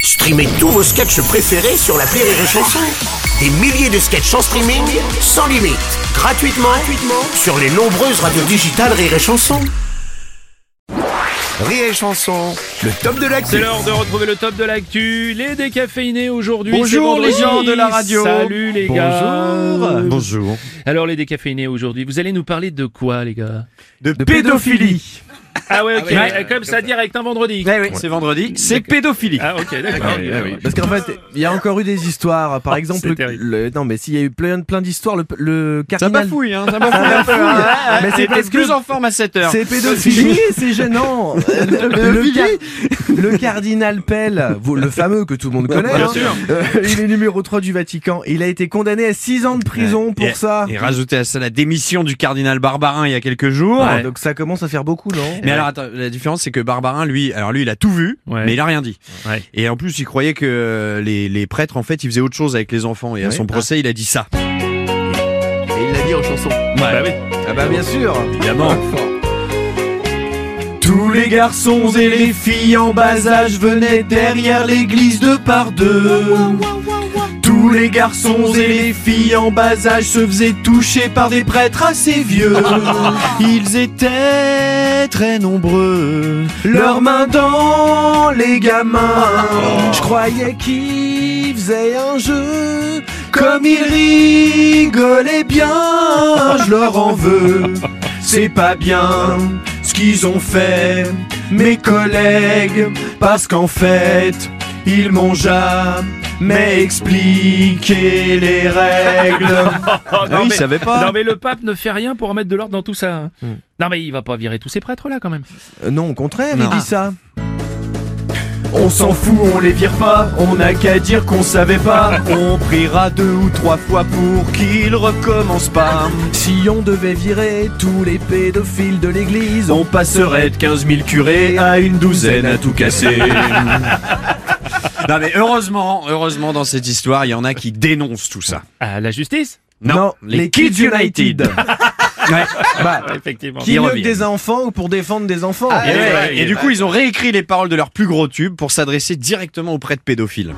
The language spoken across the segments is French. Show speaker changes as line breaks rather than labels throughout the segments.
Streamez tous vos sketchs préférés sur la Rire et Chanson. Des milliers de sketchs en streaming, sans limite, gratuitement, gratuitement sur les nombreuses radios digitales Rire et Chanson. Rire et Chanson, le top de
C'est
l'actu.
l'heure de retrouver le top de l'actu, les décaféinés aujourd'hui.
Bonjour,
c'est
les
vendredi.
gens de la radio.
Salut les gars.
Bonjour.
Alors les décaféinés aujourd'hui, vous allez nous parler de quoi les gars
De, pédophilie. Eh
Ah ouais, ok. comme ça direct un vendredi.
oui, c'est vendredi. C'est pédophilie.
Ah ok, d'accord.
Parce qu'en fait, il y a encore eu des histoires.
Oh,
Par exemple,
c'est terrible.
le- non, mais s'il y a eu plein, plein d'histoires, le, le
Ça
cardinal.
bafouille, hein. Ça bafouille un peu. hein.
Mais c'est
T'es- t'es
parce que-
plus en forme à 7 heures.
C'est pédophilie, c'est gênant. Le, le car- le cardinal Pell, vous- le fameux que tout le monde connaît,
Bien
hein,
sûr.
euh, il est numéro 3 du Vatican. Il a été condamné à 6 ans de prison pour ça.
Et rajouter à ça la démission du cardinal Barbarin il y a quelques jours.
Ah, Donc ça commence à faire beaucoup, non
Mais alors attends, la différence c'est que Barbarin lui, alors lui il a tout vu,
Ouais.
mais il a rien dit.
Ouais.
Et en plus il croyait que euh, les, les prêtres en fait ils faisaient autre chose avec les enfants. Et à
Ouais.
son procès il a dit ça.
Et il l'a dit en chanson.
Bah oui.
Ah bah bien sûr.
Évidemment. Tous les garçons et les filles en bas âge venaient derrière l'église de par deux. Tous les garçons et les filles en bas âge se faisaient toucher par des prêtres assez vieux. Ils étaient très nombreux, leurs mains dans les gamins.
Je croyais qu'il faisait un jeu.
Comme ils rigolaient bien, je leur en veux. C'est pas bien ce qu'ils ont fait, mes collègues, parce qu'en fait, ils m'ont jamais expliqué les règles. Ah
Oh, non, mais,
savait
non, mais le pape ne fait rien pour remettre de l'ordre dans tout ça. hein. Non mais il va pas virer tous ces prêtres là quand même.
Euh, non, au contraire,
Non. Ah.
il dit ça.
On s'en fout, on les vire pas, on n'a qu'à dire qu'on savait pas. On priera deux ou trois fois pour qu'ils recommencent pas.
Si on devait virer tous les pédophiles de l'église,
On passerait de 15 000 curés à une douzaine à tout casser. non mais heureusement, heureusement dans cette histoire, il y en a qui dénoncent tout ça.
Ah la justice
Non, les, Kids United. Ouais.
bah,
Effectivement.
qui
Ils
mieux que
reviennent.
des enfants pour défendre des enfants Eh
Et, Ah,
il est
Eh ouais,
vrai, il
et
est
du
vrai.
coup, ils ont réécrit les paroles de leur plus gros tube pour s'adresser directement aux prêtres pédophiles.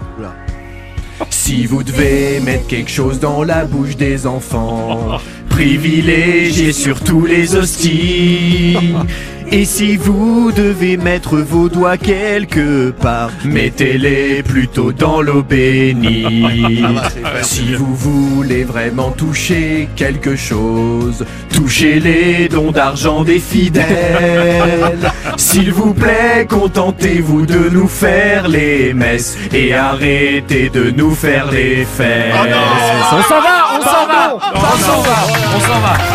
Si vous devez mettre quelque chose dans la bouche des enfants, privilégiez
surtout les hosties. Et si vous devez mettre vos doigts quelque part, mettez-les plutôt dans l'eau bénie.
Si vous voulez vraiment toucher quelque chose,
Touchez les dons d'argent des fidèles. S'il vous plaît, contentez-vous de nous faire les messes et arrêtez de nous faire les fêtes.
On s'en va, on s'en va, on s'en va, on s'en va.